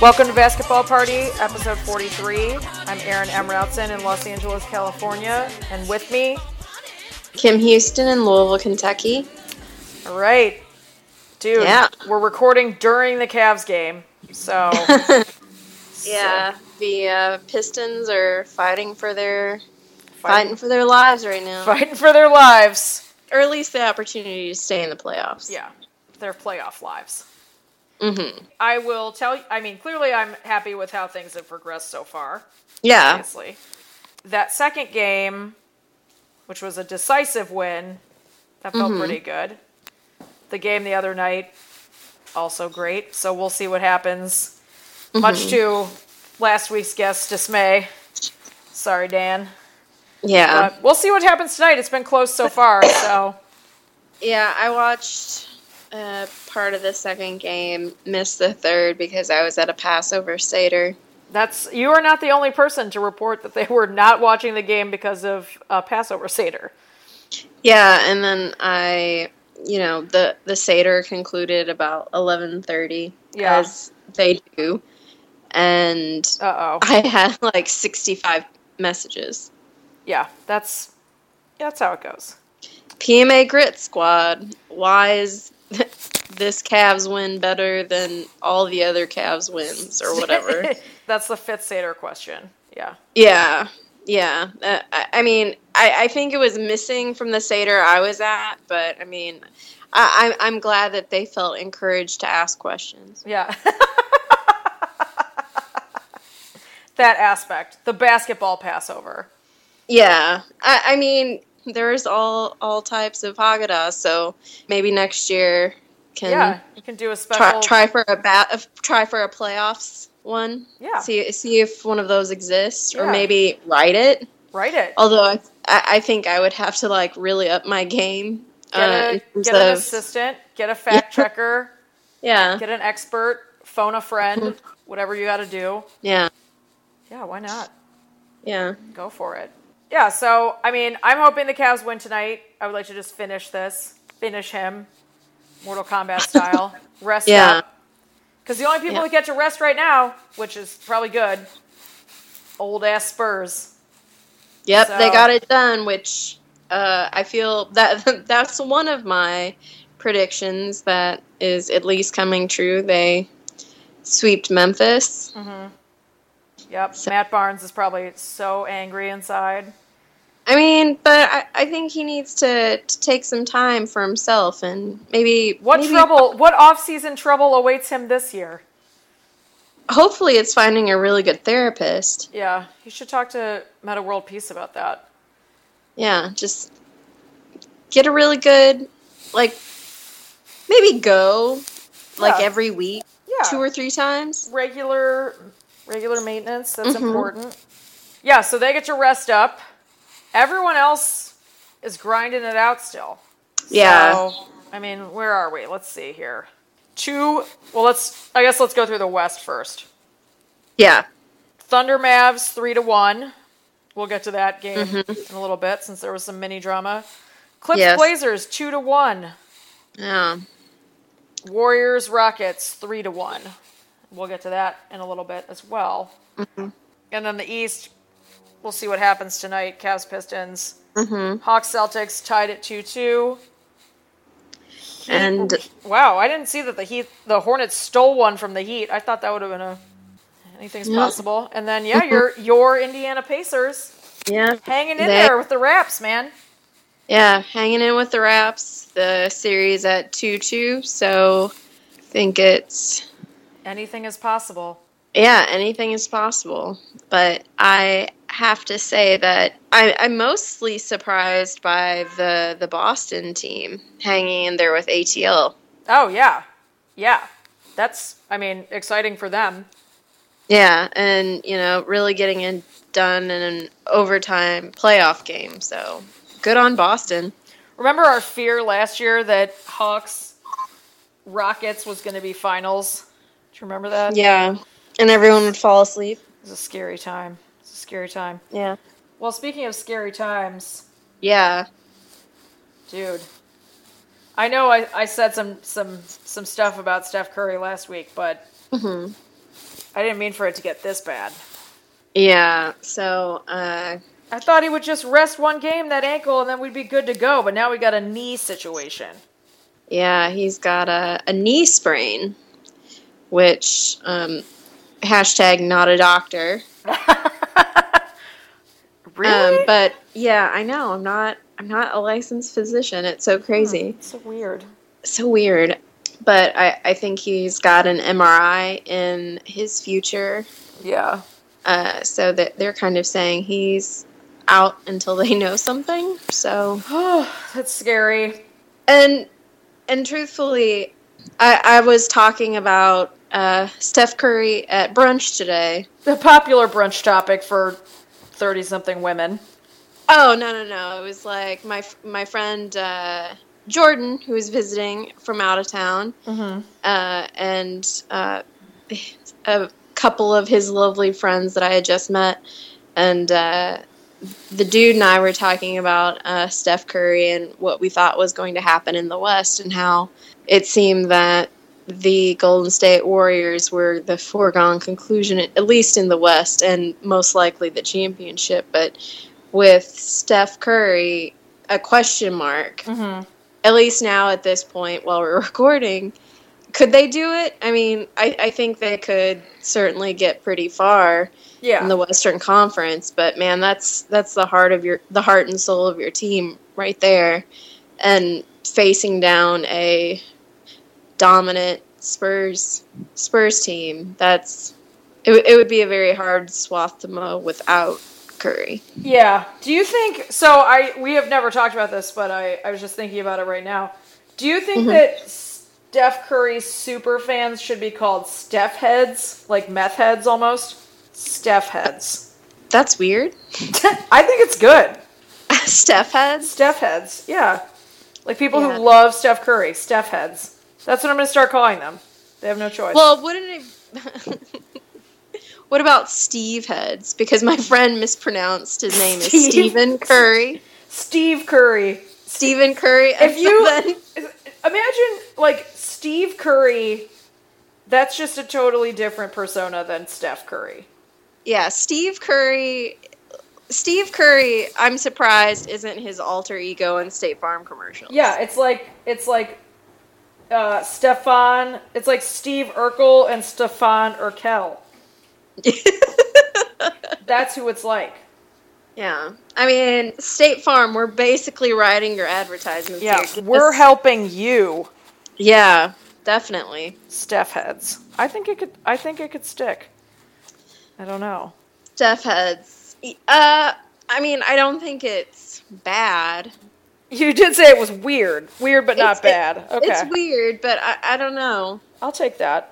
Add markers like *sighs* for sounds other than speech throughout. Welcome to Basketball Party, episode 43. I'm Erin M. Routson in Los Angeles, California, and with me, Kim Houston in Louisville, Kentucky. all right, dude, Yeah. we're recording during the Cavs game, so Yeah, the uh, Pistons are fighting for their fighting, fighting for their lives right now, fighting for their lives. or at least the opportunity to stay in the playoffs. Yeah, their playoff lives. hmm I will tell you. I mean, clearly, I'm happy with how things have progressed so far. Yeah, obviously. That second game, which was a decisive win, that felt pretty good. The game the other night, also great. So we'll see what happens. Much to last week's guest's dismay. Sorry, Dan. yeah, But we'll see what happens tonight. It's been close so far, so yeah. I watched uh, part of the second game, missed the third because I was at a Passover seder. that's you are not the only person to report that they *laughs* were not watching the game because of uh, Passover Seder. Yeah, and then I, you know, the the seder concluded about eleven thirty, Yeah. as they do, and Uh oh. I had like 65 messages. Yeah, that's that's how it goes. PMA Grit Squad, why is *laughs* this Cavs win better than all the other Cavs wins or whatever? *laughs* That's the fifth Seder question. Yeah. yeah, yeah. Uh, I, I mean, I, I think it was missing from the Seder I was at, but I mean, I, I'm, I'm glad that they felt encouraged to ask questions. Yeah. *laughs* that aspect, the basketball Passover. Yeah, I, I mean, there's all all types of Haggadah, so maybe next year can yeah. You can do a try, special. try for a bat, uh, try for a playoffs one. Yeah. See see if one of those exists, or Yeah. maybe write it. Write it. Although I, I I think I would have to like really up my game. Get, uh, a, in terms get an of- assistant, get a fact checker, Yeah. get an expert, phone a friend, Mm-hmm. whatever you got to do. Yeah. Yeah, why not? Yeah. Go for it. Yeah, so, I mean, I'm hoping the Cavs win tonight. I would like to just finish this, finish him, Mortal Kombat *laughs* style. Rest Yeah. up. Because the only people Yeah. that get to rest right now, which is probably good, old ass Spurs. Yep. So- They got it done, which uh, I feel that *laughs* that's one of my predictions that is at least coming true. They sweeped Memphis. Yep. So- Matt Barnes is probably so angry inside. I mean, but I, I think he needs to, to take some time for himself and maybe What maybe- trouble, what offseason trouble awaits him this year? Hopefully, it's finding a really good therapist. Yeah, you should talk to Meta World Peace about that. Yeah, just get a really good like maybe go like Yeah. every week, Yeah. two or three times. regular regular maintenance that's Mm-hmm. important yeah so they get to rest up everyone else is grinding it out still Yeah, so, i mean where are we let's see here two well let's i guess let's go through the west first yeah, thunder mavs three to one we'll get to that game in a little bit since there was some mini drama clips Mm-hmm. Yes. blazers two to one yeah. Warriors Rockets three to one. We'll get to that in a little bit as well. Mm-hmm. And then the East, we'll see what happens tonight. Cavs Pistons, Mm-hmm. Hawks Celtics tied at two two. And Wow, I didn't see that the Heat the Hornets stole one from the Heat. I thought that would have been a anything's Yeah. possible. And then yeah, your your Indiana Pacers yeah, hanging in They- there with the wraps, man. yeah, hanging in with the wraps. The series at two two, so I think it's Anything is possible. Yeah, anything is possible. But I have to say that I, I'm mostly surprised by the the Boston team hanging in there with ATL. Oh yeah. Yeah. That's I mean, exciting for them. Yeah, and you know, really getting it done in an overtime playoff game. So good on Boston. Remember our fear last year that Hawks Rockets was going to be finals? Do you remember that? Yeah, and everyone would fall asleep. It was a scary time. It was a scary time. Yeah, Well, speaking of scary times, yeah, dude, I know I, I said some, some some stuff about Steph Curry last week, but Mm-hmm. I didn't mean for it to get this bad. Yeah. So, uh, I thought he would just rest one game that ankle and then we'd be good to go, but now we got a knee situation. yeah, he's got a, a knee sprain, which um, hashtag not a doctor. Really? Um, but yeah, I know. I'm not. I'm not a licensed physician. It's so crazy. so weird. so weird. But I, I think he's got an MRI in his future. *sighs* Yeah. Uh, so that they're kind of saying he's out until they know something. So That's scary. and and truthfully, I, I was talking about uh, Steph Curry at brunch today. The popular brunch topic for 30 something women. Oh no no no! It was like my my friend uh, Jordan who was visiting from out of town, uh, and uh, a couple of his lovely friends that I had just met, and uh, the dude and I were talking about uh, Steph Curry and what we thought was going to happen in the West, and how it seemed that the Golden State Warriors were the foregone conclusion, at least in the West, and most likely the championship. But with Steph Curry, a question mark, at least now at this point while we're *laughs* recording, could they do it? I mean, I, I think they could certainly get pretty far Yeah. in the Western Conference, but man, that's that's the heart of your the heart and soul of your team right there. And facing down a dominant Spurs Spurs team, that's it, w- it would be a very hard swath to mow without Curry. Yeah. Do you think so? I we have never talked about this, but I, I was just thinking about it right now. Do you think that Steph Curry super fans should be called Steph heads, like meth heads almost? Steph heads. That's weird. *laughs* *laughs* I think it's good. Steph heads. Steph heads. Yeah. Like people Yeah. who love Steph Curry, Steph heads. That's what I'm going to start calling them. They have no choice. Well, wouldn't it? *laughs* what about Steve heads? Because my friend mispronounced his name as Steve. Stephen Curry. Steve Curry. Stephen Curry. and If you so then- imagine like Steve Curry, that's just a totally different persona than Steph Curry. yeah, Steve Curry. Steve Curry. I'm surprised isn't his alter ego in State Farm commercials. Yeah, it's like it's like uh Stefan, it's like Steve Urkel and Stefan *laughs* Urkel. That's who it's like. yeah. I mean, State Farm. We're basically writing your advertisements. here. we're This- helping you, Yeah, definitely. Steph heads. I think it could I think it could stick. I don't know. Steph heads. Uh, I mean, I don't think it's bad. You did say it was weird. Weird but not It's- it- bad. okay. It's weird, but I, I don't know. I'll take that.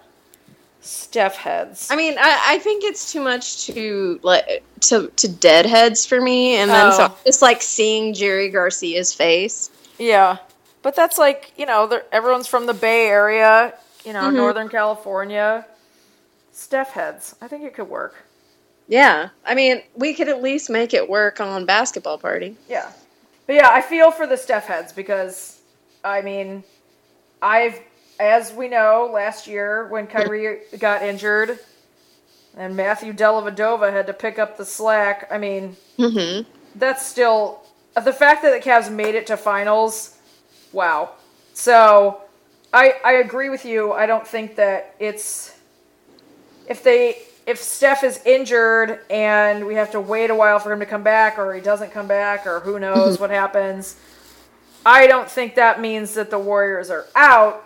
Steph heads. I mean, I, I think it's too much to like to to deadheads for me, and then so Oh. I'm just like seeing Jerry Garcia's face. Yeah, but that's like you know, they're- everyone's from the Bay Area, you know, Northern California. Steph heads. I think it could work. Yeah, I mean, we could at least make it work on basketball party. Yeah, but yeah, I feel for the Steph heads because, I mean, I've as we know last year when Kyrie got injured, and Matthew Dellavedova had to pick up the slack. I mean, Mm-hmm. that's still the fact that the Cavs made it to finals. Wow. So I I agree with you. I don't think that it's if they if Steph is injured and we have to wait a while for him to come back or he doesn't come back or who knows what happens. I don't think that means that the Warriors are out.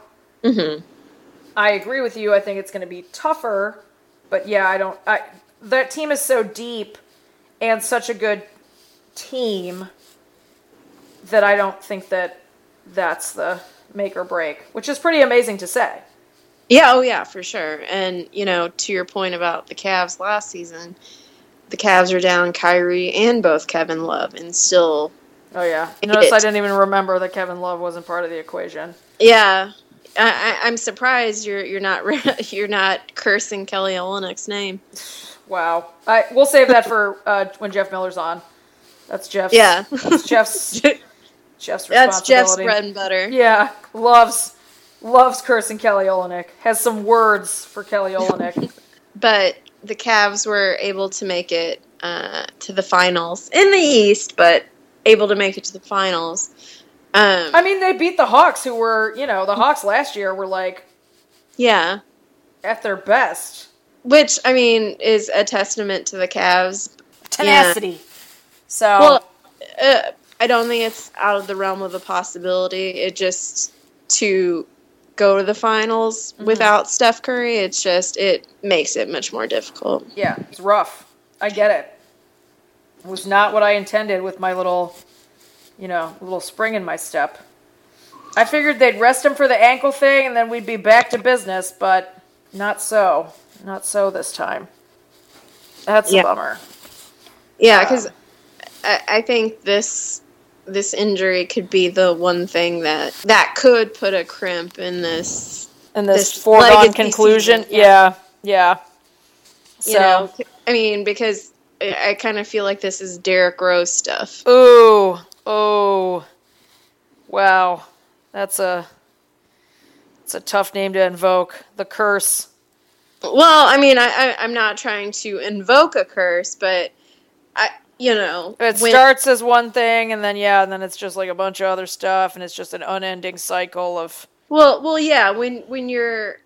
I agree with you. I think it's going to be tougher, but yeah, I don't. I, that team is so deep and such a good team that I don't think that that's the make or break, which is pretty amazing to say. Yeah, oh yeah, for sure. And you know, to your point about the Cavs last season, the Cavs are down Kyrie and both Kevin Love, and still, Oh yeah, notice I It- didn't even remember that Kevin Love wasn't part of the equation. yeah. I, I, I'm surprised you're you're not re- *laughs* you're not cursing Kelly Olynyk's name. Wow, I we'll save that for uh, when Jeff Miller's on. That's Jeff's. Yeah. *laughs* that's Jeff's Jeff's That's Jeff's responsibility. bread and butter. Yeah, loves loves cursing Kelly Olenek. Has some words for Kelly *laughs* Olenek. But the Cavs were able to make it uh, to the finals in the East, but able to make it to the finals. Um, I mean, they beat the Hawks, who were you know the Hawks last year were like yeah, at their best. which I mean is a testament to the Cavs. Tenacity. So Well, uh, I don't think it's out of the realm of the possibility. It just to go to the finals without Steph Curry, it's just it makes it much more difficult. yeah, it's rough. I get it. It was not what I intended with my little, you know, little spring in my step. I figured they'd rest him for the ankle thing, and then we'd be back to business, but not so. Not so this time. That's Yeah. a bummer. Yeah, because I, I think this this injury could be the one thing that that could put a crimp in this. And this, This foregone legacy conclusion, season, yeah, yeah. You So, know, I mean, because I, I kind of feel like this is Derrick Rose stuff. ooh, oh, wow, that's a, it's a tough name to invoke. The curse. Well, I mean, I, I I'm not trying to invoke a curse, but I you know It when- starts as one thing, and then yeah, and then it's just like a bunch of other stuff, and it's just an unending cycle of Well, well, yeah. When when you're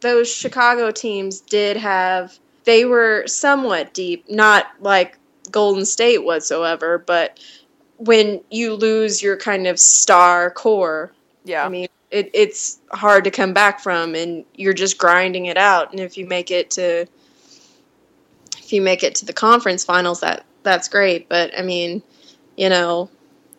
those Chicago teams did have they were somewhat deep, not like Golden State whatsoever, but when you lose your kind of star core, yeah, I mean, it, it's hard to come back from, and you're just grinding it out. And if you make it to if you make it to the conference finals, that that's great. But I mean, you know,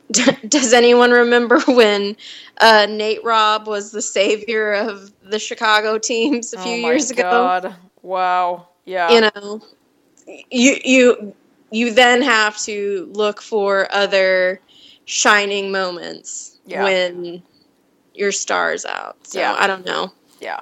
*laughs* does anyone remember *laughs* when uh, Nate Robb was the savior of the Chicago teams a few oh my years ago? God. Wow, yeah, You know, you you you then have to look for other shining moments Yeah. when your stars out. So Yeah. I don't know. yeah,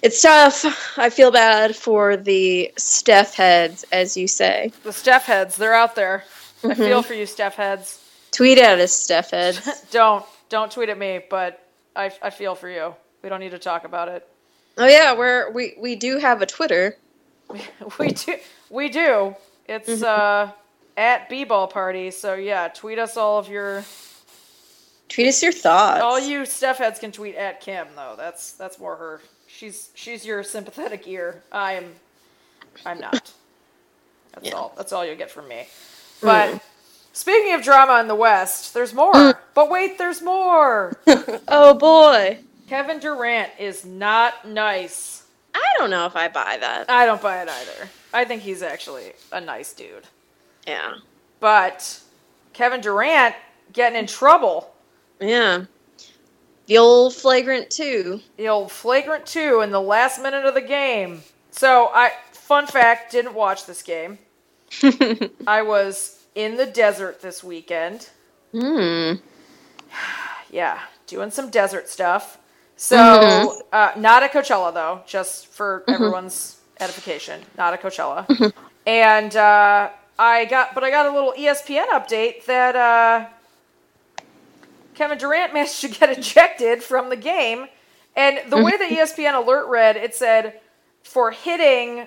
It's tough. I feel bad for the Steph heads, as you say. the Steph heads, they're out there. I Mm-hmm. feel for you, Steph heads. Tweet at us, Steph heads. *laughs* Don't don't tweet at me, but I I feel for you. We don't need to talk about it. *laughs* oh yeah, we're we we do have a Twitter. We do we do. Mm-hmm. It's uh at B ball party. So yeah, tweet us all of your Tweet us your thoughts. All Oh, you Steph heads can tweet at Kim though. That's that's more her. She's she's your sympathetic ear. I'm I'm not. That's all that's all you'll get from me. But speaking of drama in the West, there's more. But wait, there's more. *laughs* oh boy, Kevin Durant is not nice. I don't know if I buy that. I don't buy it either. I think he's actually a nice dude. Yeah, But Kevin Durant getting in trouble. yeah. The old flagrant too. the old flagrant two in the last minute of the game. So I, fun fact, didn't watch this game. I was in the desert this weekend. Hmm. Yeah, doing some desert stuff. So uh, not at Coachella though, just for everyone's edification. Not at Coachella. And uh, I got, but I got a little E ESPN update that uh, Kevin Durant *laughs* managed to get ejected from the game. And the way the E ESPN alert read, it said for hitting,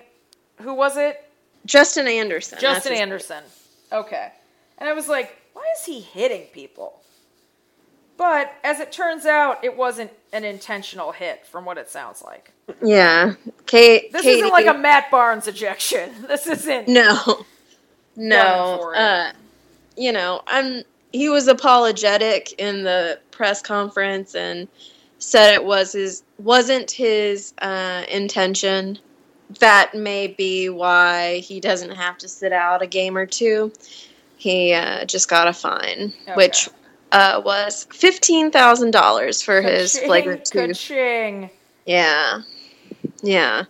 who was it? Justin Anderson. that's Justin his- Anderson. Okay. And I was like, why is he hitting people? But as it turns out, it wasn't an intentional hit from what it sounds like. Yeah. Kate. This Katie, isn't like a Matt Barnes ejection. *laughs* This isn't. *laughs* No. No. for it. Uh, you know, I'm he was apologetic in the press conference and said it was his wasn't his uh, intention. That may be why he doesn't have to sit out a game or two. He uh, just got a fine, Okay. which uh, was fifteen thousand *laughs* dollars for his Ka-ching, flagrant two. ka-ching. Yeah. Yeah.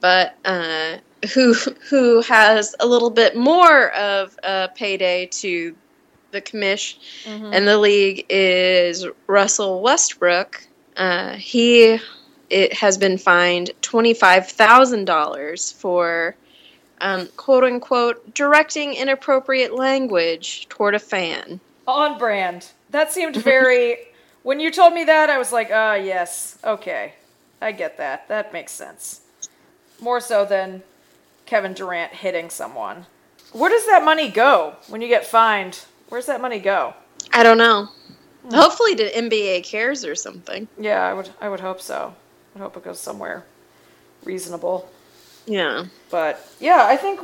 But uh, who *laughs* who has a little bit more of a payday to the commish Mhm. and the league is Russell Westbrook. Uh, he it has been fined twenty five thousand dollars for um, quote unquote directing inappropriate language toward a fan. On brand. That seemed *laughs* very. when you told me that, I was like, ah, yes, okay. I get that. That makes sense. More so than Kevin Durant hitting someone. Where does that money go when you get fined? Where's that money go? I don't know. Hopefully, the NBA cares or something. Yeah, I would I would hope so. I hope it goes somewhere reasonable. Yeah. But yeah, I think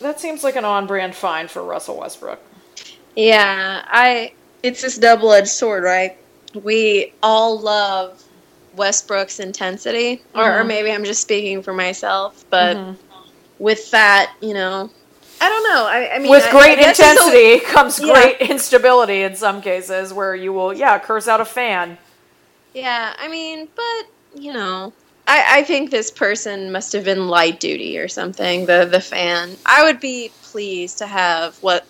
that seems like an on-brand fine for Russell Westbrook. Yeah, I. It's this double-edged sword, right? We all love Westbrook's intensity, Mm-hmm. or, or maybe I'm just speaking for myself, but with that, you know, I don't know. I, I mean, With I- great I guess it's a- intensity comes Yeah. great instability in some cases where you will yeah, curse out a fan. *laughs* yeah, I mean, but you know, I, I think this person must have been light duty or something. The the fan, I would be pleased to have what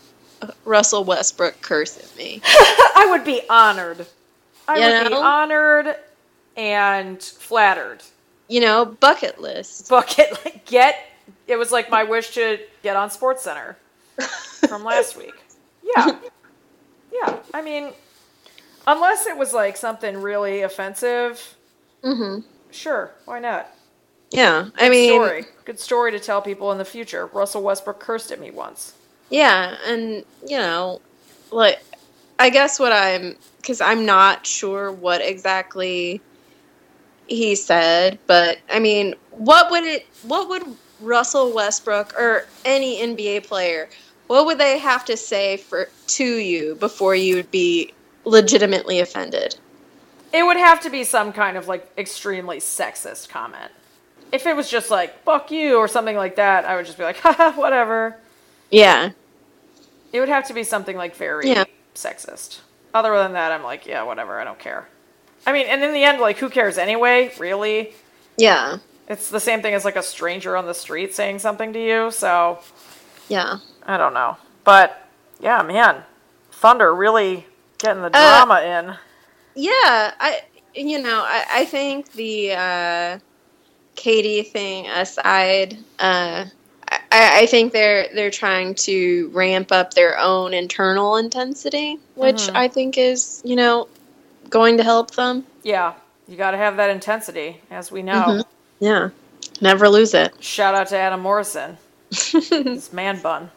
Russell Westbrook curse at me. I would be honored. I You would be know? honored and flattered. *laughs* You know, bucket list. Bucket like get it was like my wish to get on Sports Center *laughs* from *laughs* last week. Yeah. Yeah. I mean unless it was like something really offensive, Mm-hmm. sure, why not? Yeah, I mean, story. Good story to tell people in the future. Russell Westbrook cursed at me once. Yeah, and you know, like I guess what I'm because I'm not sure what exactly he said, but I mean, what would it? What would Russell Westbrook or any NBA player? What would they have to say for to you before you would be legitimately offended? It would have to be some kind of like extremely sexist comment. If it was just like "fuck you" or something like that, I would just be like, *laughs* "Haha, whatever." Yeah, It would have to be something like very Yeah. sexist. Other than that, I'm like, yeah, whatever. I don't care. I mean, and in the end, like, who cares anyway? Really? yeah, It's the same thing as like a stranger on the street saying something to you. So yeah. I don't know. But yeah, man, Thunder really getting the drama in. Yeah, I you know I, I think the uh, Katie thing aside, uh, I, I think they're they're trying to ramp up their own internal intensity, which I think is you know going to help them. Yeah, you got to have that intensity, as we know. Yeah, never lose it. *laughs* Shout out to Adam Morrison, his man bun.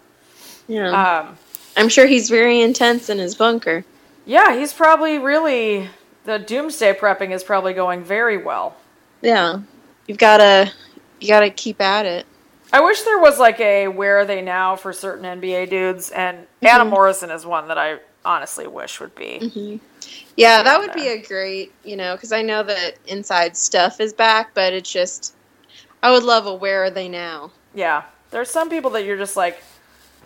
yeah, Um, I'm sure he's very intense in his bunker. yeah, he's probably really the doomsday prepping is probably going very well. Yeah, you've gotta you gotta keep at it. I wish there was like a where are they now for certain NBA dudes, and Adam Morrison is one that I honestly wish would be. Yeah, that would be a great, you know, because I know that Inside Stuff is back, but it's just, I would love a Where Are They Now? Yeah, there's some people that you're just like,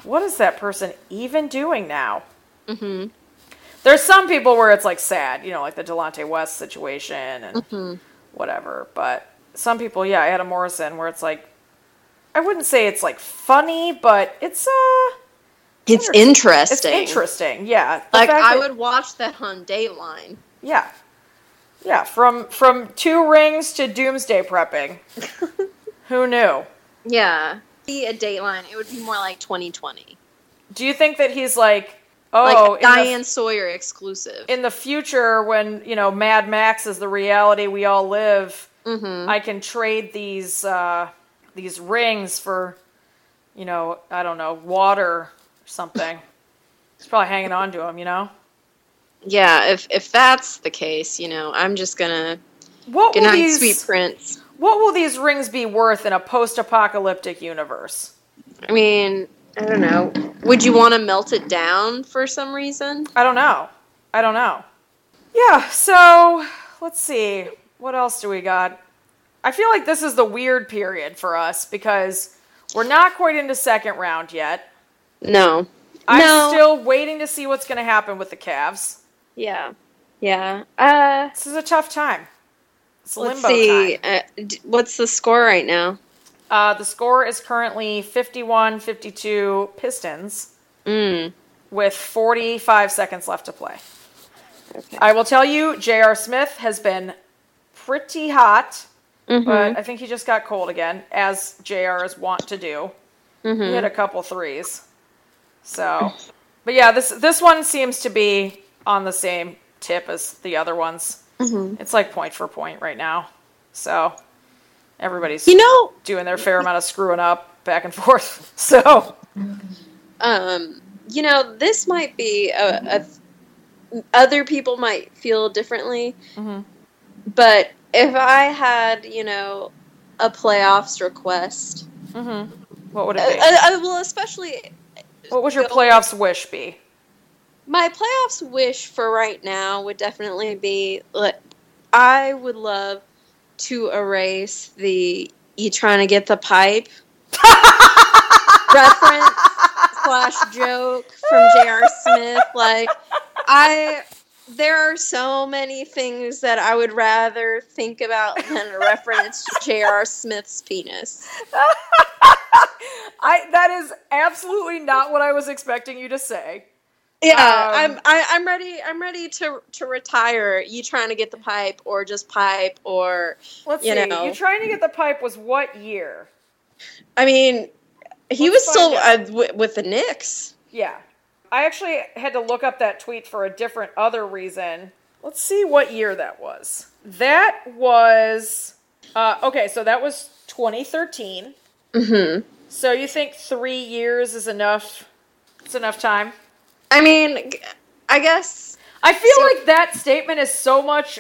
what is that person even doing now? Mm-hmm. There's some people where it's like sad, you know, like the Delonte West situation and Mm-hmm. whatever. But some people, yeah, Adam Morrison, where it's like, I wouldn't say it's like funny, but it's uh, It's Interesting. it's interesting. interesting. Yeah, The Like, fact I that- would watch that on Dateline. Yeah, yeah. From from two rings to doomsday *laughs* prepping. Who knew? Yeah. Be a Dateline. It would be more like 2020. Do you think that he's like, oh, Like, a in the- Diane Sawyer exclusive. in the future when you know mad max is the reality we all live Mhm. i can trade these uh these rings for you know i don't know water or something it's probably hanging on to them you know yeah, if, if that's the case, you know, I'm just gonna. what Good will night, these sweet prince. what will these rings be worth in a post-apocalyptic universe I mean, I don't know. Would you want to melt it down for some reason? i don't know i don't know yeah so let's see what else do we got I feel like this is the weird period for us because we're not quite into second round yet. No. I'm no. still waiting to see what's going to happen with the Cavs. Yeah. Yeah. Uh, This is a tough time. It's let's limbo see. time. Uh, d- what's the score right now? Uh, the score is currently 51 52 Pistons Mm. with 45 seconds left to play. Okay. I will tell you, J.R. Smith has been pretty hot, Mm-hmm. but I think he just got cold again, as Mm-hmm. J.R. is wont to do. He hit a couple threes. So But yeah, this this one seems to be on the same tip as the other ones. Mm-hmm. It's like point for point right now. So everybody's You know, doing their fair amount of screwing up back and forth. *laughs* So um, you know, this might be a, a other people might feel differently, Mhm. but if I had, you know, a playoffs request, mhm. what would uh, it be? uh, uh, well, especially What would your go- playoffs wish be? my playoffs wish for right now would definitely be like, I would love to erase the you trying to get the pipe reference slash joke from J.R. Smith. Like I there are so many things that I would rather think about than a reference to J.R. Smith's penis. I that is absolutely not what I was expecting you to say. Yeah, Um, I'm I, I'm ready. I'm ready to to retire. You trying to get the pipe, or just pipe, or Let's You see. know. You trying to get the pipe was what year? I mean, he Let's was still find uh, w- with the Knicks. Yeah. I actually had to look up that tweet for a different other reason. Let's see what year that was. That was uh, okay, so that was 2013. hmm So you think 3 years is enough? It's enough time. I mean, g- I guess I feel So- like that statement is so much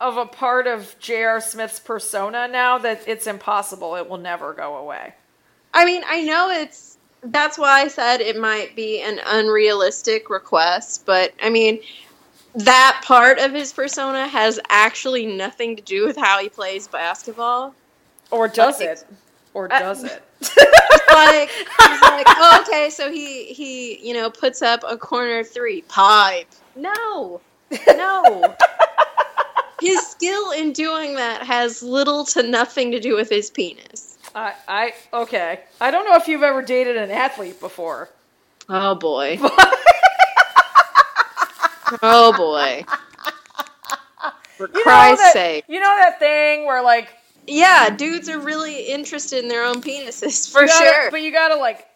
of a part of J.R. Smith's persona now that it's impossible. It will never go away. I mean I know it's that's why I said it might be an unrealistic request, but I mean that part of his persona has actually nothing to do with how he plays basketball. Or does Like- it? Or I- does it? Like, he's like, oh, okay, so he he you know puts up a corner three pipe. No, no. His skill in doing that has little to nothing to do with his penis. I, I okay. I don't know if you've ever dated an athlete before. *laughs* Oh boy. oh boy. For You know Christ's that- sake. You know that thing where like Yeah, dudes are really interested in their own penises for you gotta- sure. but you gotta like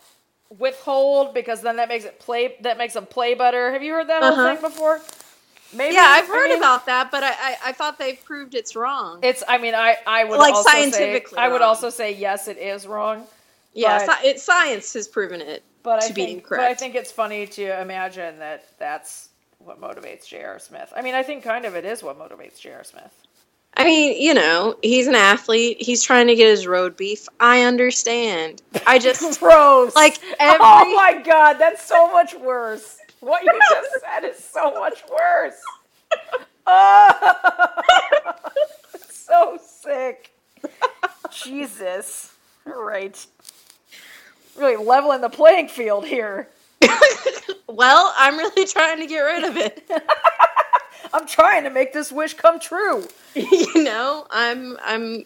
withhold because then that makes it play that makes them play better. Have you heard that Uh-huh. whole thing before? Maybe yeah, I've I heard mean, about that, but I, I, I thought they've proved it's wrong. It's. I mean, I I would Like, also scientifically Say, I would wrong. also say yes, it is wrong. yeah, but- sci- it, science has proven it. But I To be think. But I incorrect. think it's funny to imagine that that's what motivates J.R. Smith. I mean, I think kind of it is what motivates J.R. Smith. I mean, you know, he's an athlete. He's trying to get his road beef. I understand. *laughs* I just Gross. like every Oh my god, that's so much worse. What you just said is so much *laughs* worse. Oh, *laughs* so sick. Jesus. All right. Really leveling the playing field here. well, I'm really trying to get rid *laughs* of it. I'm trying to make this wish come true. you know, I'm I'm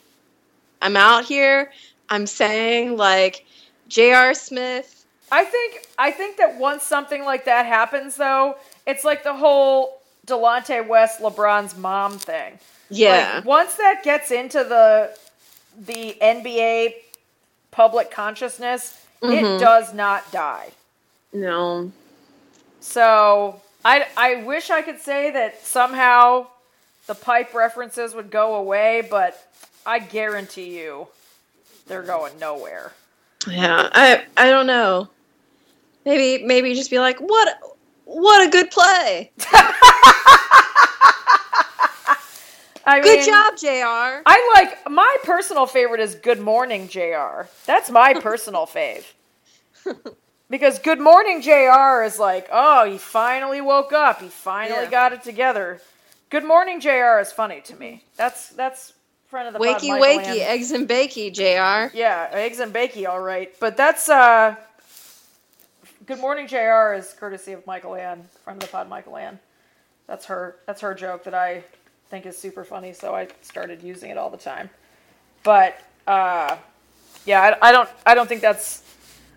I'm out here. I'm saying like J.R. Smith. I think I think that once something like that happens though, it's like the whole Delonte West LeBron's mom thing. Yeah. Like, once that gets into the the NBA public consciousness, it Mhm. does not die. no. So I I wish I could say that somehow the pipe references would go away, but I guarantee you they're going nowhere. Yeah. I I don't know. Maybe maybe just be like, "What what a good play. I Good mean, job, J.R." *laughs* I like my personal favorite is Good Morning JR. That's *laughs* my personal fave. Because Good Morning JR is like, oh, he finally woke up. He finally Yeah. got it together. Good Morning JR is funny to me. That's that's friend of the pod, Wakey Michael wakey, Ann. eggs and bakey, J.R. Yeah, eggs and bakey, all right. But that's uh Good Morning JR is courtesy of Michael Ann, friend of the pod Michael Ann. That's her that's her joke that I think is super funny, so I started using it all the time. But uh yeah, I, I don't I don't think that's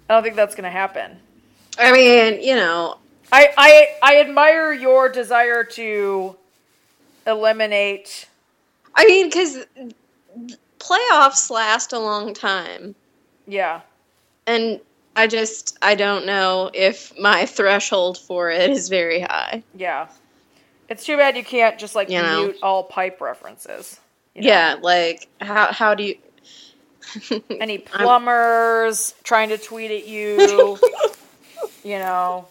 I don't think that's gonna happen. I mean, you know, I, I I admire your desire to eliminate I mean, because playoffs last a long time, yeah. and I just I don't know if my *laughs* threshold for it is very high. Yeah. It's too bad you can't just like You know. mute all pipe references. you know? Yeah, like how how do you Any plumbers trying to tweet at *laughs* you, you know,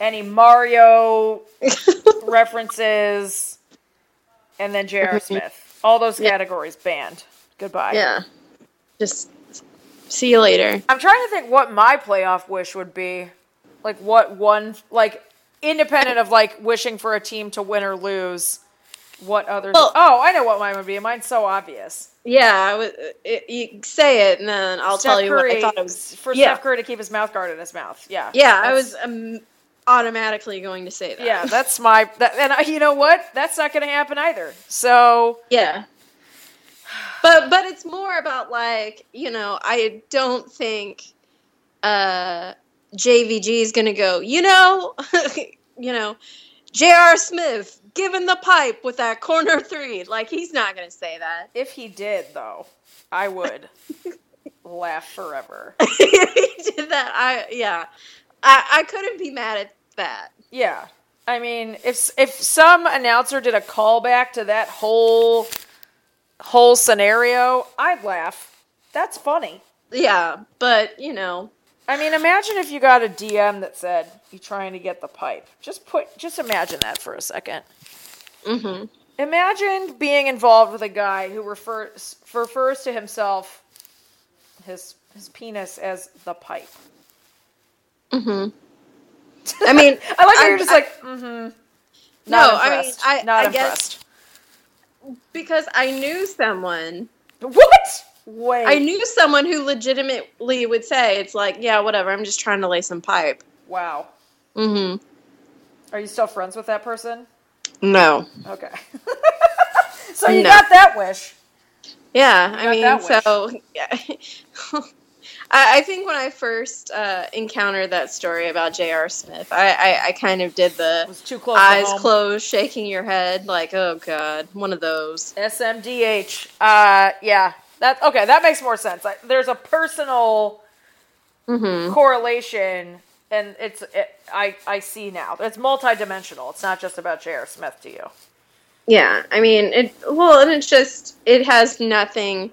any Mario references, and then J.R. Smith. All those Yeah. categories banned. Goodbye. *laughs* Yeah. Just see you later. I'm trying to think what my playoff wish would be. Like what one like independent of like wishing for a team to win or lose, what other Well- Oh, I know what mine would be. Mine's so obvious. Yeah, I was, it, you say it and then I'll tell you what I thought it was for yeah. Steph Curry to keep his mouth guard in his mouth. Yeah. Yeah, I That's- was um, automatically going to say that. Yeah, that's my that, and I, you know what? That's not going to happen either. So, Yeah. But but it's more about like, you know, I don't think uh JVG is going to go, you know, *laughs* you know, J.R. Smith giving the pipe with that corner *laughs* three. Like he's not going to say that. *laughs* if he did though, I would laugh forever. he did that. I yeah. I I couldn't be mad at that. Yeah. I mean, if if some announcer did a callback to that whole whole scenario, I'd laugh. That's funny. Yeah, but you know, I mean, imagine if you got a DM that said, "You trying to get the pipe." Just put just imagine that for a second. mhm. Imagine being involved with a guy who refers refers to himself his his penis as the pipe. Mhm. mm-hmm. I mean, *laughs* I like how you're I- just I- like, mm-hmm. No, I mean, I- not I guess- impressed. because I knew someone What? Wait, I knew someone who legitimately would say, it's like, yeah, whatever, I'm just trying to lay some pipe. wow. Mm Are you still friends with that person? hmm. No. Okay. *laughs* so you No. got that wish. Yeah, I mean, got that so, *laughs* yeah. I, I think when I first uh, encountered that story about J.R. Smith, I, I, I kind of did It the was too close. eyes to home. closed, shaking your head, like, oh, God, one of those. SMDH. Uh, yeah. That okay. That makes more sense. I, there's a personal Mm correlation, and it's it, I I see now. It's multidimensional. It's not just about J.R. Smith to you. Yeah, I mean, it, well, and it's just, it has nothing.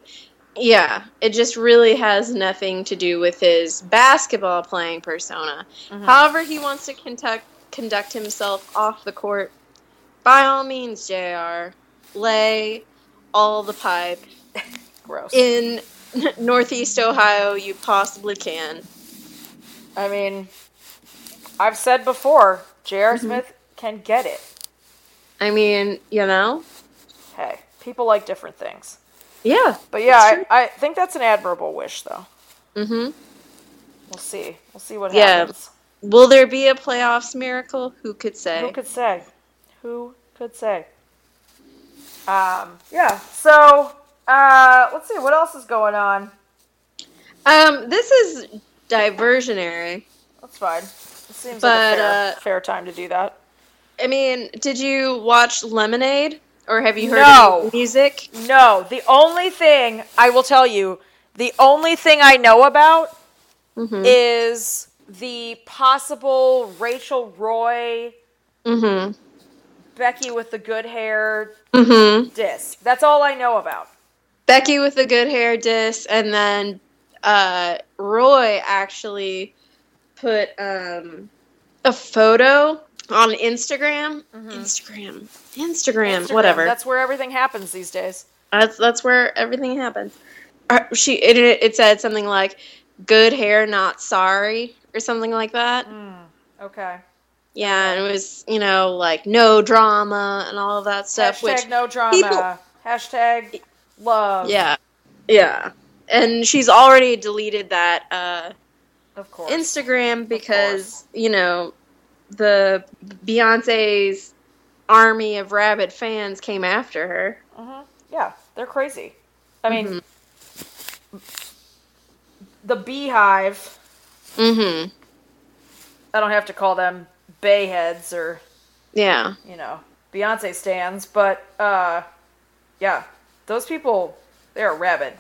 Yeah, it just really has nothing to do with his basketball playing persona. Mhm. However, he wants to conduct conduct himself off the court. By all means, Jr. Lay all the pipe Gross. in *laughs* Northeast Ohio you possibly can. I mean, I've said before, J.R. Mm-hmm. Smith can get it. I mean, you know, Hey, people like different things. yeah, But yeah, I, true. I think that's an admirable wish, though. hmm We'll see. We'll see what Yeah. happens. Will there be a playoffs miracle? Who could say? Who could say? Who could say? Um, yeah. So uh, let's see what else is going on. Um, this is diversionary. That's fine. It seems like But, a fair, uh, fair time to do that. I mean, did you watch Lemonade or have you heard No. any music? No, the only thing I will tell you, the only thing I know about Mhm. is the possible Rachel Roy, Mm Becky with the good hair hmm. Mm hmm. diss. That's all I know about. Becky with the good hair diss, and then uh, Roy actually put um, a photo on Instagram. Instagram. Mm-hmm. Instagram, Instagram, whatever. That's That's where everything happens these days. that's, where everything happens. Uh, She it, it said something like "good hair, not sorry" or something like that. Hmm, Okay. Yeah, and it was you know like no drama and all of that stuff. Hashtag which no drama. people- Hashtag love. yeah, yeah, and she's already deleted that. Uh, Of course. Instagram because you know the Beyonce's army of rabid fans came after her. Mhm. Yeah, they're crazy. I mean, the Beehive. Mm-hmm. I don't have to call them Bayheads or Yeah. you know Beyonce stands, but uh, yeah, those people they are rabid.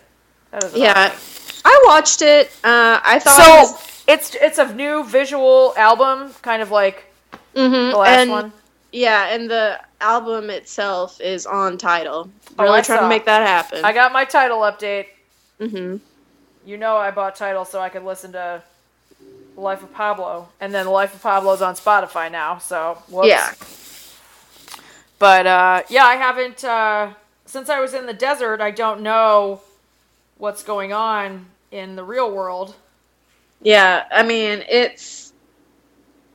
That is about Yeah. it. I watched it. Uh, I thought it So was- it's it's a new visual album, kind of like the last mm-hmm, and- one. yeah, and the album itself is on title. Oh, Really I trying saw. to make that happen. I got my title update. hmm You know I bought title so I could listen to Life of Pablo, and then Life of Pablo's on Spotify now. So whoops. Yeah. But uh, yeah, I haven't uh, since I was in the desert. I don't know what's going on in the real world. Yeah, I mean it's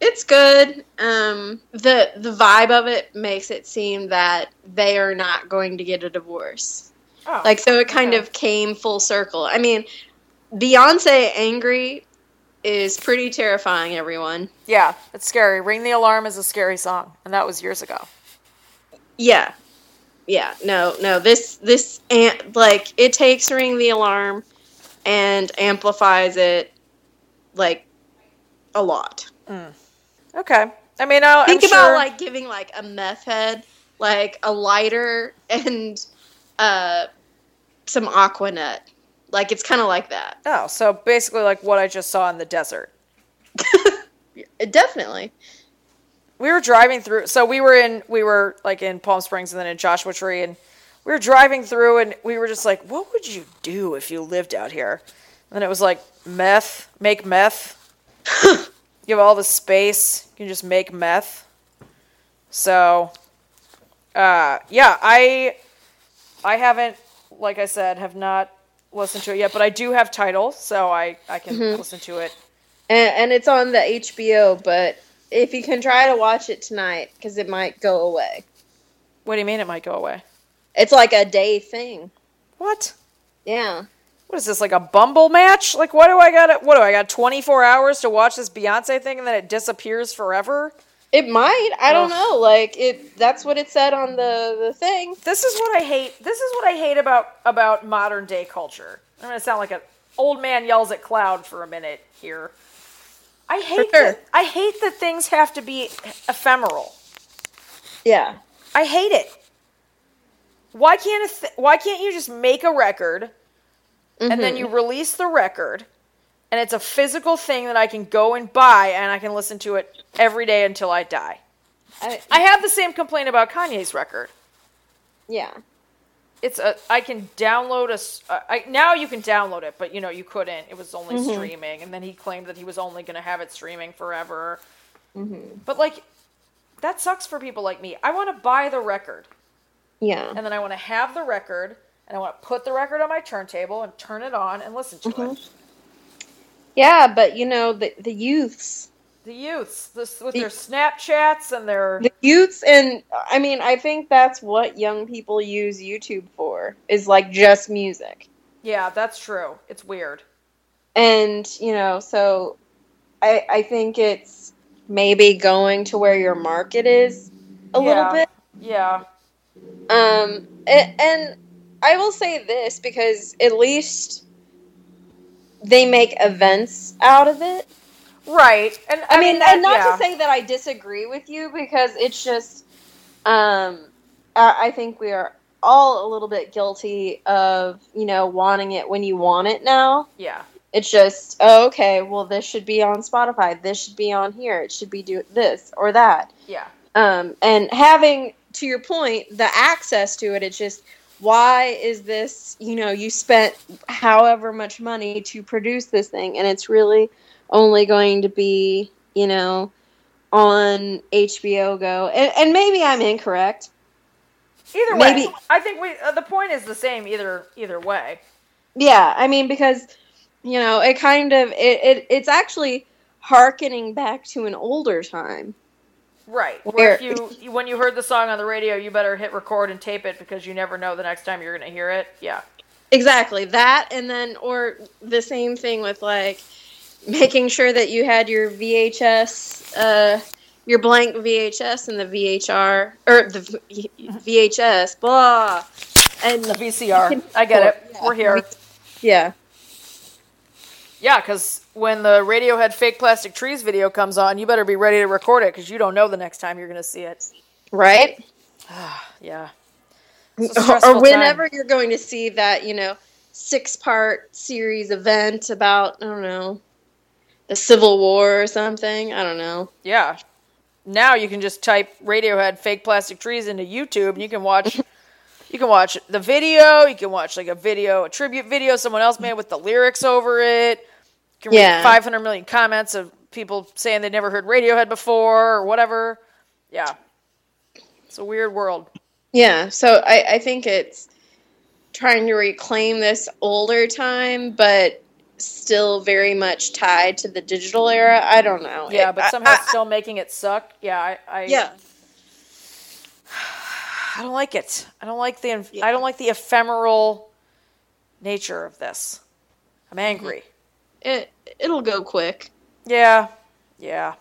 it's good. Um, the the vibe of it makes it seem that they are not going to get a divorce. Oh, Like so, it kind Okay. of came full circle. I mean, Beyonce angry is pretty terrifying. Everyone, yeah, it's scary. Ring the alarm is a scary song, and that was years ago. yeah, yeah. No, no. This this amp, like it takes ring the alarm and amplifies it like a lot. Okay, I mean, I think I'm about sure- like giving like a meth head like a lighter and uh some aquanet like it's kind of like that oh, so basically like what I just saw in the desert. definitely we were driving through so we were in we were like in palm springs and then in joshua tree and we were driving through and we were just like what would you do if you lived out here and then it was like meth make meth you have all the space you can just make meth so uh yeah i i haven't like i said have not listened to it yet but i do have title so i i can listen to it and, and it's on the hbo but if you can try to watch it tonight because it might go away what do you mean it might go away it's like a day thing what yeah What is this like a bumble match? Like what do I got? What do I got? Twenty four hours to watch this Beyonce thing and then it disappears forever. it might i don't Ugh. know like it that's what it said on the the thing This is what I hate. This is what I hate about about modern day culture. I'm gonna sound like an old man yells at cloud for a minute here. I hate sure. that, I hate that things have to be ephemeral. yeah I hate it. Why can't a th- why can't you just make a record and then you release the record and it's a physical thing that I can go and buy and I can listen to it every day until I die. I, I have the same complaint about Kanye's record. yeah It's a I can download a s- uh, I now you can download it, but you know you couldn't. It was only streaming and then he claimed that he was only going to have it streaming forever. But like that sucks for people like me. I want to buy the record. yeah and then I want to have the record and I want to put the record on my turntable and turn it on and listen to Mm-hmm. it. yeah but you know the the youths The youths, this with their Snapchats and their the youths and i mean i think that's what young people use youtube for is like just music yeah, that's true. It's weird. and you know so i i think it's maybe going to where your market is a little Yeah. bit Yeah, um and, and i will say this because at least they make events out of it right. And I mean, that- and not yeah. to say that I disagree with you because it's just, um, I, I think we are all a little bit guilty of you know wanting it when you want it now. yeah, It's just oh, okay. Well, this should be on Spotify. This should be on here. It should be do this or that. yeah, Um, and having to your point, the access to it. It's just why is this? You know, you spent however much money to produce this thing, and it's really only going to be you know on HBO Go. And, and maybe I'm incorrect. Either way, Maybe- I think we uh, the point is the same either either way. Yeah, I mean because you know it kind of it, it it's actually harkening back to an older time. Right. Where if Where- you you- when you heard the song on the radio, you better hit record and tape it because you never know the next time you're going to hear it. Yeah. Exactly that, and then or the same thing with like making sure that you had your VHS, uh, your blank VHS and the VHR or the v- VHS, blah, and The VCR. I get it. Yeah. We're here. yeah, Yeah, because when the Radiohead Fake Plastic Trees video comes on, you better be ready to record it because you don't know the next time you're going to see it. right, Yeah. It's a or, stressful time. whenever you're going to see that, you know, six part series event about I don't know the Civil War or something. I don't know. Yeah. Now you can just type Radiohead fake plastic trees into YouTube and you can watch you can watch the video, you can watch like a video, a tribute video someone else made with the lyrics over it. You can read Yeah. 500 million comments of people saying they never heard Radiohead before or whatever. Yeah. It's a weird world. Yeah, so I, I think it's trying to reclaim this older time, but still very much tied to the digital era. I don't know. Yeah, It- but I- somehow I- still making it suck. Yeah, I, I yeah, I don't like it. I don't like the inf- I don't like the ephemeral nature of this. Mm-hmm. I'm angry. it it'll go quick. Yeah. Yeah.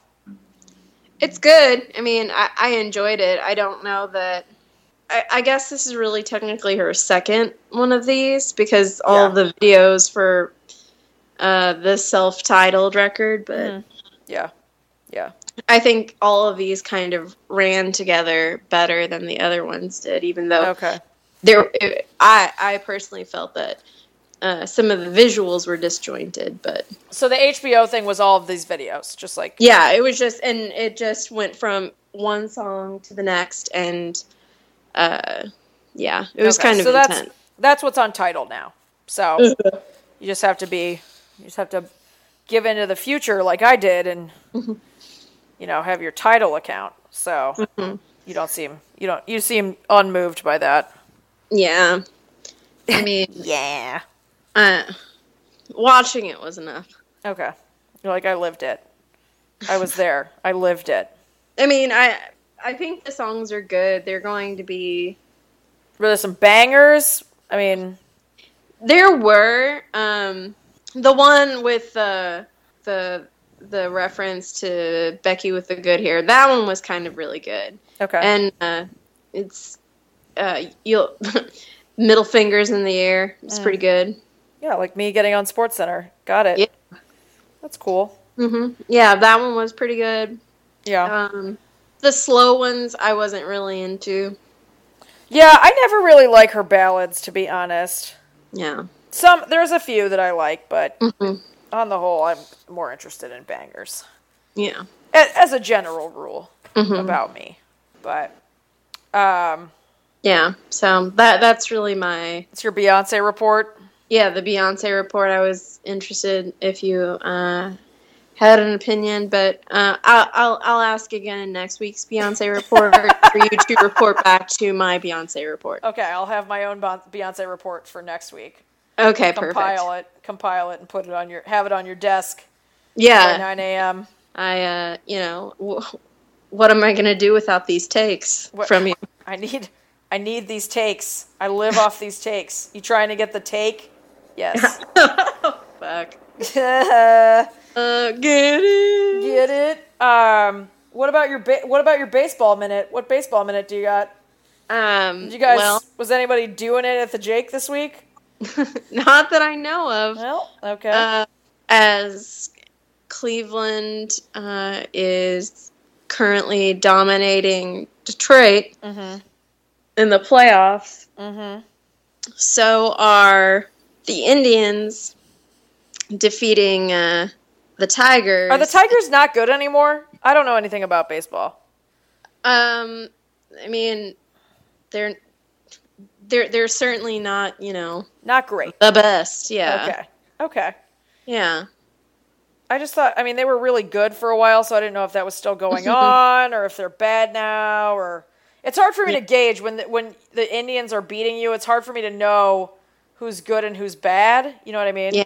It's good. I mean, I, I enjoyed it. I don't know that. I, I guess this is really technically her second one of these because all the videos for uh, the self-titled record, but. Mhm. Yeah. Yeah. I think all of these kind of ran together better than the other ones did, even though Okay. there. It, I I personally felt that uh, some of the visuals were disjointed, but So the HBO thing was all of these videos, just like yeah, it was just and it just went from one song to the next, and uh, yeah, it was Okay, kind of so that's intense. that's what's on title now. So you just have to be you just have to give into the future like I did and you know, have your title account. So you don't seem you don't you seem unmoved by that. Yeah, I mean, *laughs* Yeah. uh, watching it was enough. Okay. You're like I lived it. I was there. I lived it. I mean, I I think the songs are good. They're going to be Were there some bangers? I mean, There were um, the one with the the the reference to Becky with the good hair. That one was kind of really good, okay. and uh, it's uh, you'll *laughs* middle fingers in the air. It's pretty good. yeah, like me getting on Sports Center. Got it. Yeah. That's cool. hmm Yeah, that one was pretty good. Yeah. Um, the slow ones I wasn't really into. Yeah, I never really like her ballads, to be honest. Yeah, Some there's a few that I like, but Mhm. on the whole, I'm more interested in bangers yeah. a- as a general rule Mhm. about me. But um, Yeah, so that that's really my it's your Beyonce report. Yeah, the Beyonce report. I was interested if you uh, had an opinion, but uh, I'll, I'll I'll ask again in next week's Beyonce report for you to report back to my Beyonce report. Okay, I'll have my own Bon- Beyonce report for next week. Okay, Compile perfect. it, compile it, and put it on your have it on your desk by Yeah, 9 a.m. I uh, you know, w- what am I gonna do without these takes What- *laughs* from you? I need I need these takes. I live off these takes. You trying to get the take? Yes. Fuck. *laughs* Get Uh, get it. it? Um what about your ba- what about your baseball minute? What baseball minute do you got? Um, Did you guys well, *laughs* was anybody doing it at the Jake this week? not that I know of. Well, okay. uh, as Cleveland uh, is currently dominating Detroit mhm. in the playoffs, Mhm. so are the Indians defeating uh, the Tigers. Are the Tigers not good anymore? I don't know anything about baseball. um, I mean, they're they're they're certainly not you know Not great. the best. Okay. Yeah, Okay. yeah. I just thought I mean they were really good for a while, so I didn't know if that was still *laughs* going on or if they're bad now or it's hard for me to gauge when the, when the Indians are beating you. It's hard for me to know who's good and who's bad. You know what I mean? Yeah,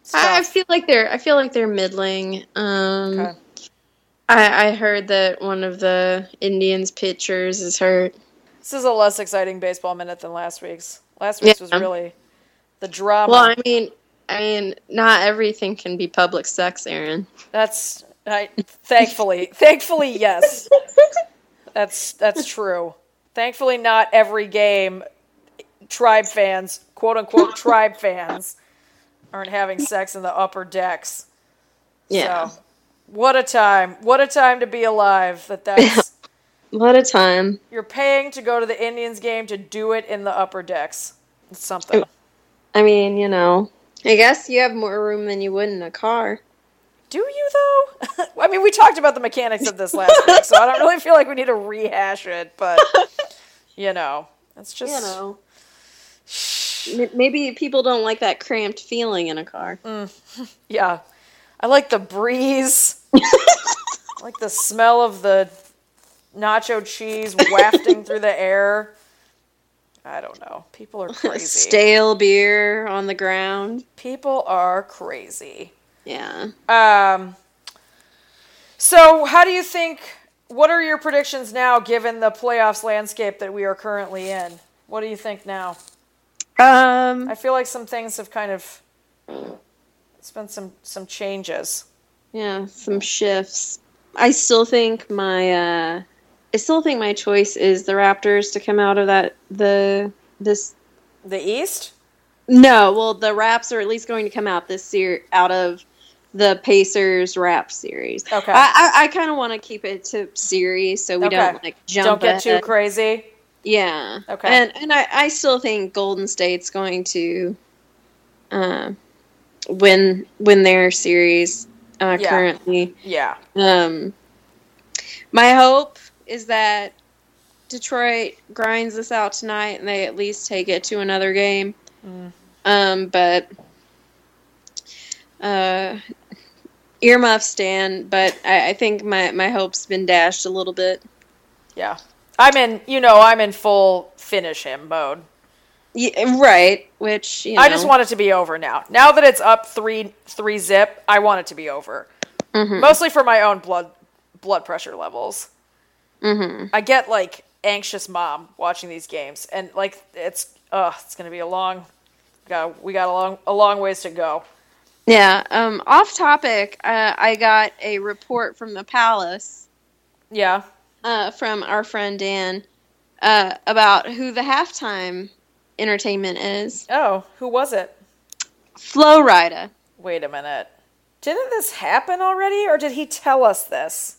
It's I, I tough. feel like they're I feel like they're middling. Um, Okay. I, I heard that one of the Indians pitchers is hurt. This is a less exciting baseball minute than last week's. Last week's was Yeah. really the drama. Well, I mean, I mean, not everything can be public sex, Aaron. That's I thankfully thankfully yes. That's that's true. Thankfully not every game tribe fans, quote unquote tribe fans aren't having sex in the upper decks. Yeah, So what a time. What a time to be alive that that's a lot of time. you're paying to go to the Indians game to do it in the upper decks. It's something. I mean, you know, I guess you have more room than you would in a car. Do you though? *laughs* I mean, we talked about the mechanics of this last week, so I don't really feel like we need to rehash it. *laughs* But you know, it's just You know, M- maybe people don't like that cramped feeling in a car. yeah. I like the *laughs* breeze. I like the smell of the nacho cheese wafting through the air. I don't know. People *laughs* are crazy. Stale beer on the ground. People are crazy. Yeah. Um, so, how do you think? What are your predictions now, given the playoffs landscape that we are currently in? What do you think now? Um. I feel like some things have kind of. It's been some some changes. Yeah. Some shifts. I still think my. uh I still think my choice is the Raptors to come out of that the this The East. No, well, the Raps are at least going to come out this year out of the Pacers Rap series. Okay. I, I, I kind of want to keep it to series so we Okay. don't like Don't jump. get too ahead. crazy. Yeah. Okay. And and I, I still think Golden State's going to uh, win win their series uh, Yeah. currently. Yeah. Um, my hope is that Detroit grinds this out tonight and they at least take it to another game. Mm. Um, but uh, earmuff stand. But I, I think my my hope's been dashed a little bit. Yeah. I'm in. You know, I'm in full finish him mode. Yeah, right. Which you I know. just want it to be over now. Now that it's up three three zip, I want it to be over. Mm-hmm. Mostly for my own blood blood pressure levels. Mm-hmm. I get like anxious mom watching these games, and like it's uh it's gonna be a long. We got we got a long a long ways to go. Yeah. Um. Off topic. Uh, I got a report from the palace. Yeah. uh, from our friend Dan uh, about who the halftime entertainment is. Oh, who was it? Flow Rida. Wait a minute. Didn't this happen already, or did he tell us this?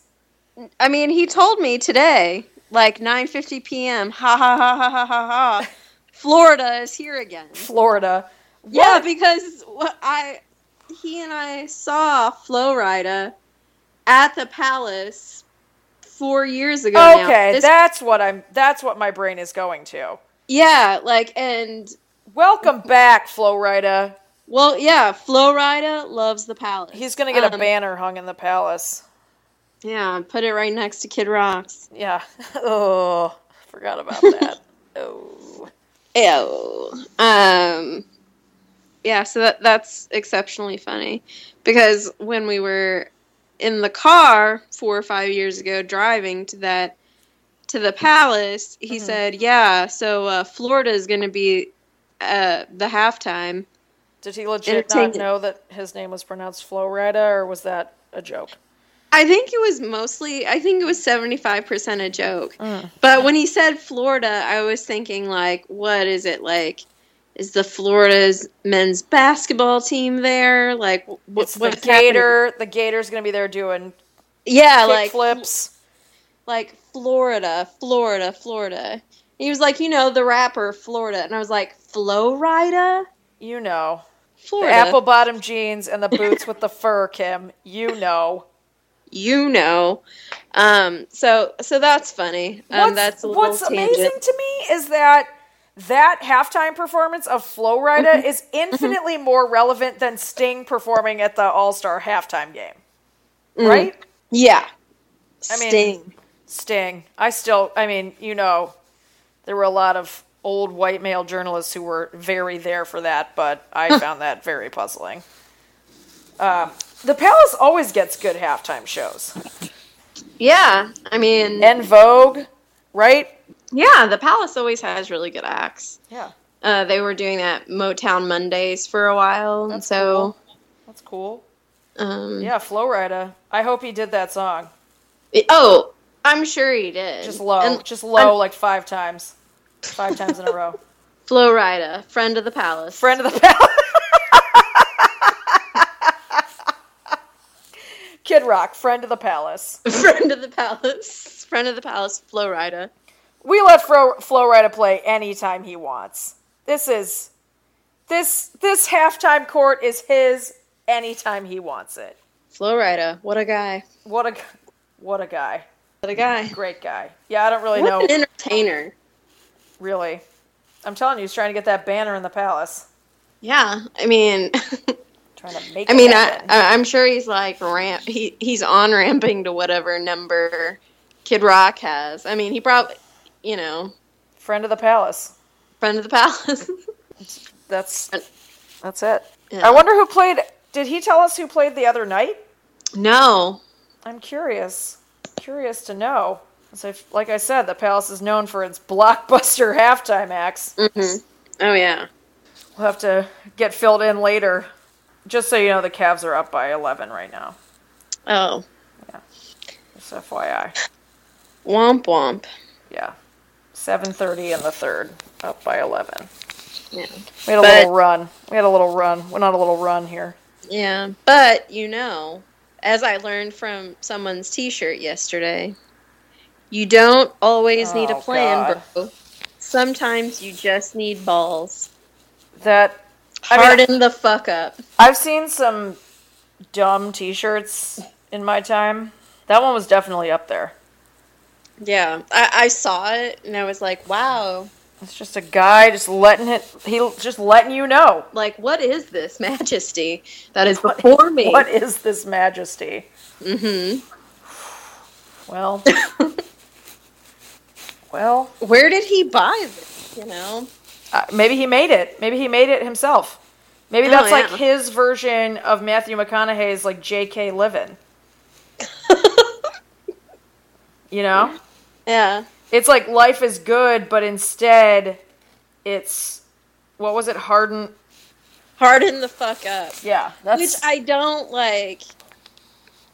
I mean, he told me today, like 9:50 p.m. Ha ha ha ha ha ha ha. Florida is here again. Florida. Yeah, What? because what I he and I saw Flow Rida at the Palace four years ago. now. okay, This- that's what I'm. That's what my brain is going to. yeah, like and Welcome back, Flowrida. well, yeah, Flow Rida loves the Palace. He's gonna get a Um, banner hung in the palace. Yeah, put it right next to Kid Rock's. Yeah. *laughs* Oh, forgot about *laughs* that. oh. Ew. Um, yeah, so that that's exceptionally funny because when we were in the car four or five years ago driving to that to the palace, he Mhm. said, "Yeah, so uh, Florida is going to be uh, the halftime." Did he legit not Entertainment. know that his name was pronounced Flowrida, or was that a joke? I think it was mostly. I think it was seventy five percent a joke. Mm. But when he said Florida, I was thinking like, what is it like? Is the Florida's men's basketball team there? Like, wh- What's what's the Gator? The Gator's gonna be there doing Yeah, kick like flips. like Florida, Florida, Florida. And he was like, you know, the rapper Florida, and I was like, Flow Rida, You know, the Florida. apple bottom jeans and the boots with the fur, Kim. You know. you know. Um, so so that's funny. Um, what's, that's a little what's tangent. amazing to me is that that halftime performance of Flow Mm-hmm. Rida is infinitely more relevant than Sting performing at the All Star halftime game. Mm. Right? Yeah. I mean- Sting. Sting. I still, I mean, you know, there were a lot of old white male journalists who were very there for that, but *laughs* I found that very puzzling. Um, the Palace always gets good halftime shows. Mm-hmm. Yeah, I mean, And Vogue, right? yeah, the Palace always has really good acts. Yeah. Uh, they were doing that Motown Mondays for a while, and That's so That's cool. um, Yeah, Flow Rida. I hope he did that song. it- oh, I'm sure he did. Just low. And just low and- like five times. Five times in a row. *laughs* Flo Rida, friend of the Palace. Friend of the palace. Kid Rock, friend of the palace. *laughs* friend of the Palace, friend of the Palace, Flo Rida. We let Flo, Flo Rida play anytime he wants. This is This this halftime court is his anytime he wants it. Flowrider, what a guy. What a gu- what a guy. What a guy. Great guy. Yeah, I don't really what know an entertainer. really. I'm telling you, he's trying to get that banner in the palace. Yeah, I mean, *laughs* Trying to make I it mean, I, happen. I, I'm sure he's like ramp. He he's on ramping to whatever number Kid Rock has. I mean, he probably, you know, friend of the palace. friend of the palace. *laughs* That's And- that's it. Yeah. I wonder who played. Did he tell us who played the other night? no, I'm curious. Curious to know. As if, like I said, the Palace is known for its blockbuster *laughs* halftime acts. oh yeah, We'll have to get filled in later. Just so you know, the Cavs are up by 11 right now. oh Just FYI. womp womp. Yeah. 7.30 in the third. Up by 11. Yeah, We had a But- little run. We had a little run. Well, not a little run here. yeah, but you know, as I learned from someone's T-shirt yesterday, you don't always need a Oh, plan, God. bro. Sometimes you just need balls. That, I mean, Harden the fuck up. I've seen some dumb t-shirts in my time. That one was definitely up there. Yeah, I, I saw it and I was like, wow, It's just a guy just letting it he just letting you know. like what is this *laughs* majesty that is before *laughs* me? *laughs* What is this majesty? hmm Well, well, Where did he buy this? You know? *laughs* uh, maybe he made it. Maybe he made it himself. Maybe Oh, that's like yeah. his version of Matthew McConaughey's like J.K. Livin. you know? Yeah. It's like life is good, but instead it's what was it? Harden Harden the fuck up. Yeah, that's Which I don't like.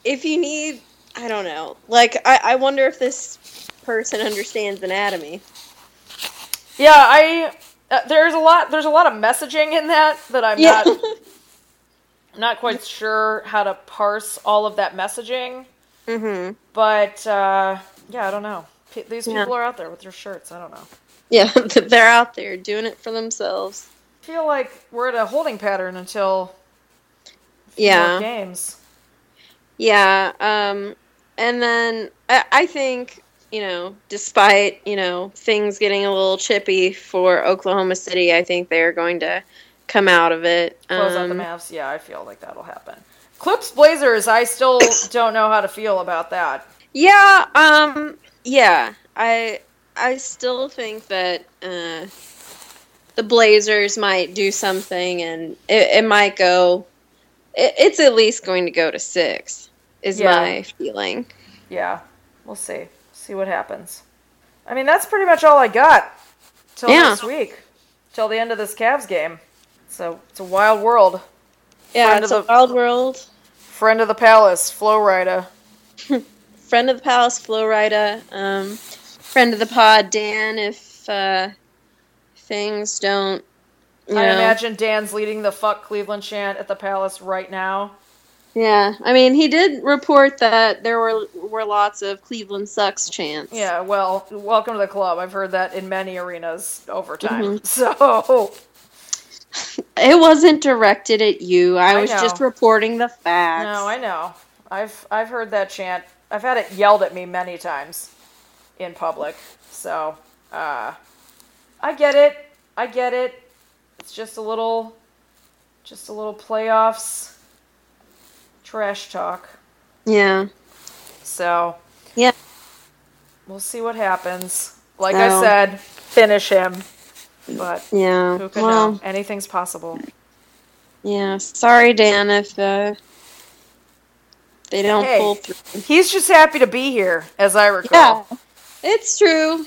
If you need, I don't know. Like, I, I wonder if this person understands anatomy. yeah. I uh, there's a lot there's a lot of messaging in that that I'm *laughs* Yeah. not not quite sure how to parse all of that messaging. mm-hmm. But uh, yeah, I don't know. P- these Yeah. people are out there with their shirts. I don't know. I Yeah, Mm-hmm. *laughs* they're out there doing it for themselves. feel like we're at a holding pattern until Yeah. more games. Yeah, um, and then I, I think you know, despite you know things getting a little chippy for Oklahoma City, I think they're going to come out of it. Close out the Um, Mavs. Yeah, I feel like that'll happen. Clips Blazers. I still don't know how to feel about that. yeah, um, yeah, I I still think that uh, the Blazers might do something, and it, it might go. It, it's at least going to go to six. Is Yeah. my feeling. Yeah, we'll see. See what happens. I mean, that's pretty much all I got till Yeah. this week, till the end of this Cavs game. So it's a wild world. Yeah, Friend it's of a the- wild world. Friend of the palace, Flo Rida. friend of the palace, Flo Rida, um, friend of the pod, Dan. If uh, things don't, you I know, imagine Dan's leading the fuck Cleveland chant at the palace right now. yeah. I mean, he did report that there were were lots of Cleveland sucks chants. Yeah, well, welcome to the club. I've heard that in many arenas over time. *laughs* So it wasn't directed at you. I, I was know. just reporting the facts. no, I know. I've I've heard that chant. I've had it yelled at me many times in public. So uh, I get it. I get it. It's just a little, just a little playoffs trash talk. yeah, So yeah, we'll see what happens. Like I So- said, finish him. But yeah. who can well, know? Anything's possible. yeah. Sorry, Dan, if uh, they don't Hey. pull through. He's just happy to be here, as I Yeah, recall. it's true.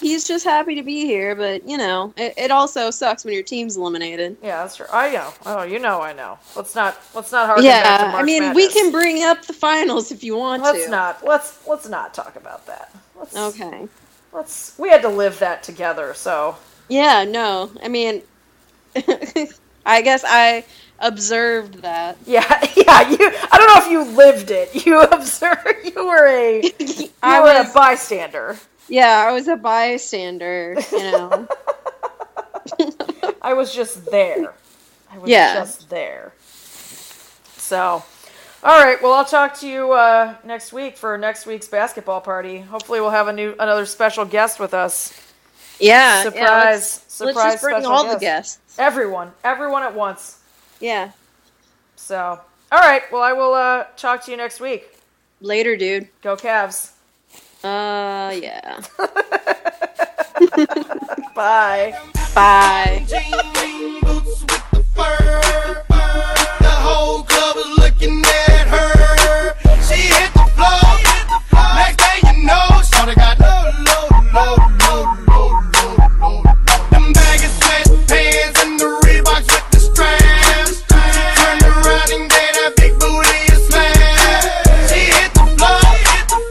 He's just happy to be here, but you know, it, it also sucks when your team's eliminated. Yeah, that's true. I know. Oh, you know, I know. Let's not. Let's not harken back to yeah, March I mean, we Madness. can bring up the finals if you want Let's to. not. Let's let's not talk about that. Let's, Okay. Let's. We had to live that together. So Yeah, no. I mean, *laughs* I guess I observed *laughs* that. yeah, yeah. You. I don't know if you lived it. *laughs* You observed. You were *laughs* a. You I were a was- bystander. *laughs* Yeah, I was a bystander, you know. I was just there. I was Yeah. just there. So, all right. Well, I'll talk to you uh, next week for next week's basketball party. Hopefully, we'll have a new another special guest with us. Yeah. surprise! Yeah, let's, surprise! let's just bring special all the guest. guests. Everyone, everyone at once. Yeah. So, all right. Well, I will uh, talk to you next week. Later, dude. Go Cavs! Uh, yeah. Bye. Bye. Come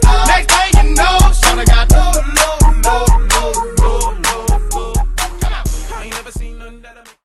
on. I ain't never seen nothing that I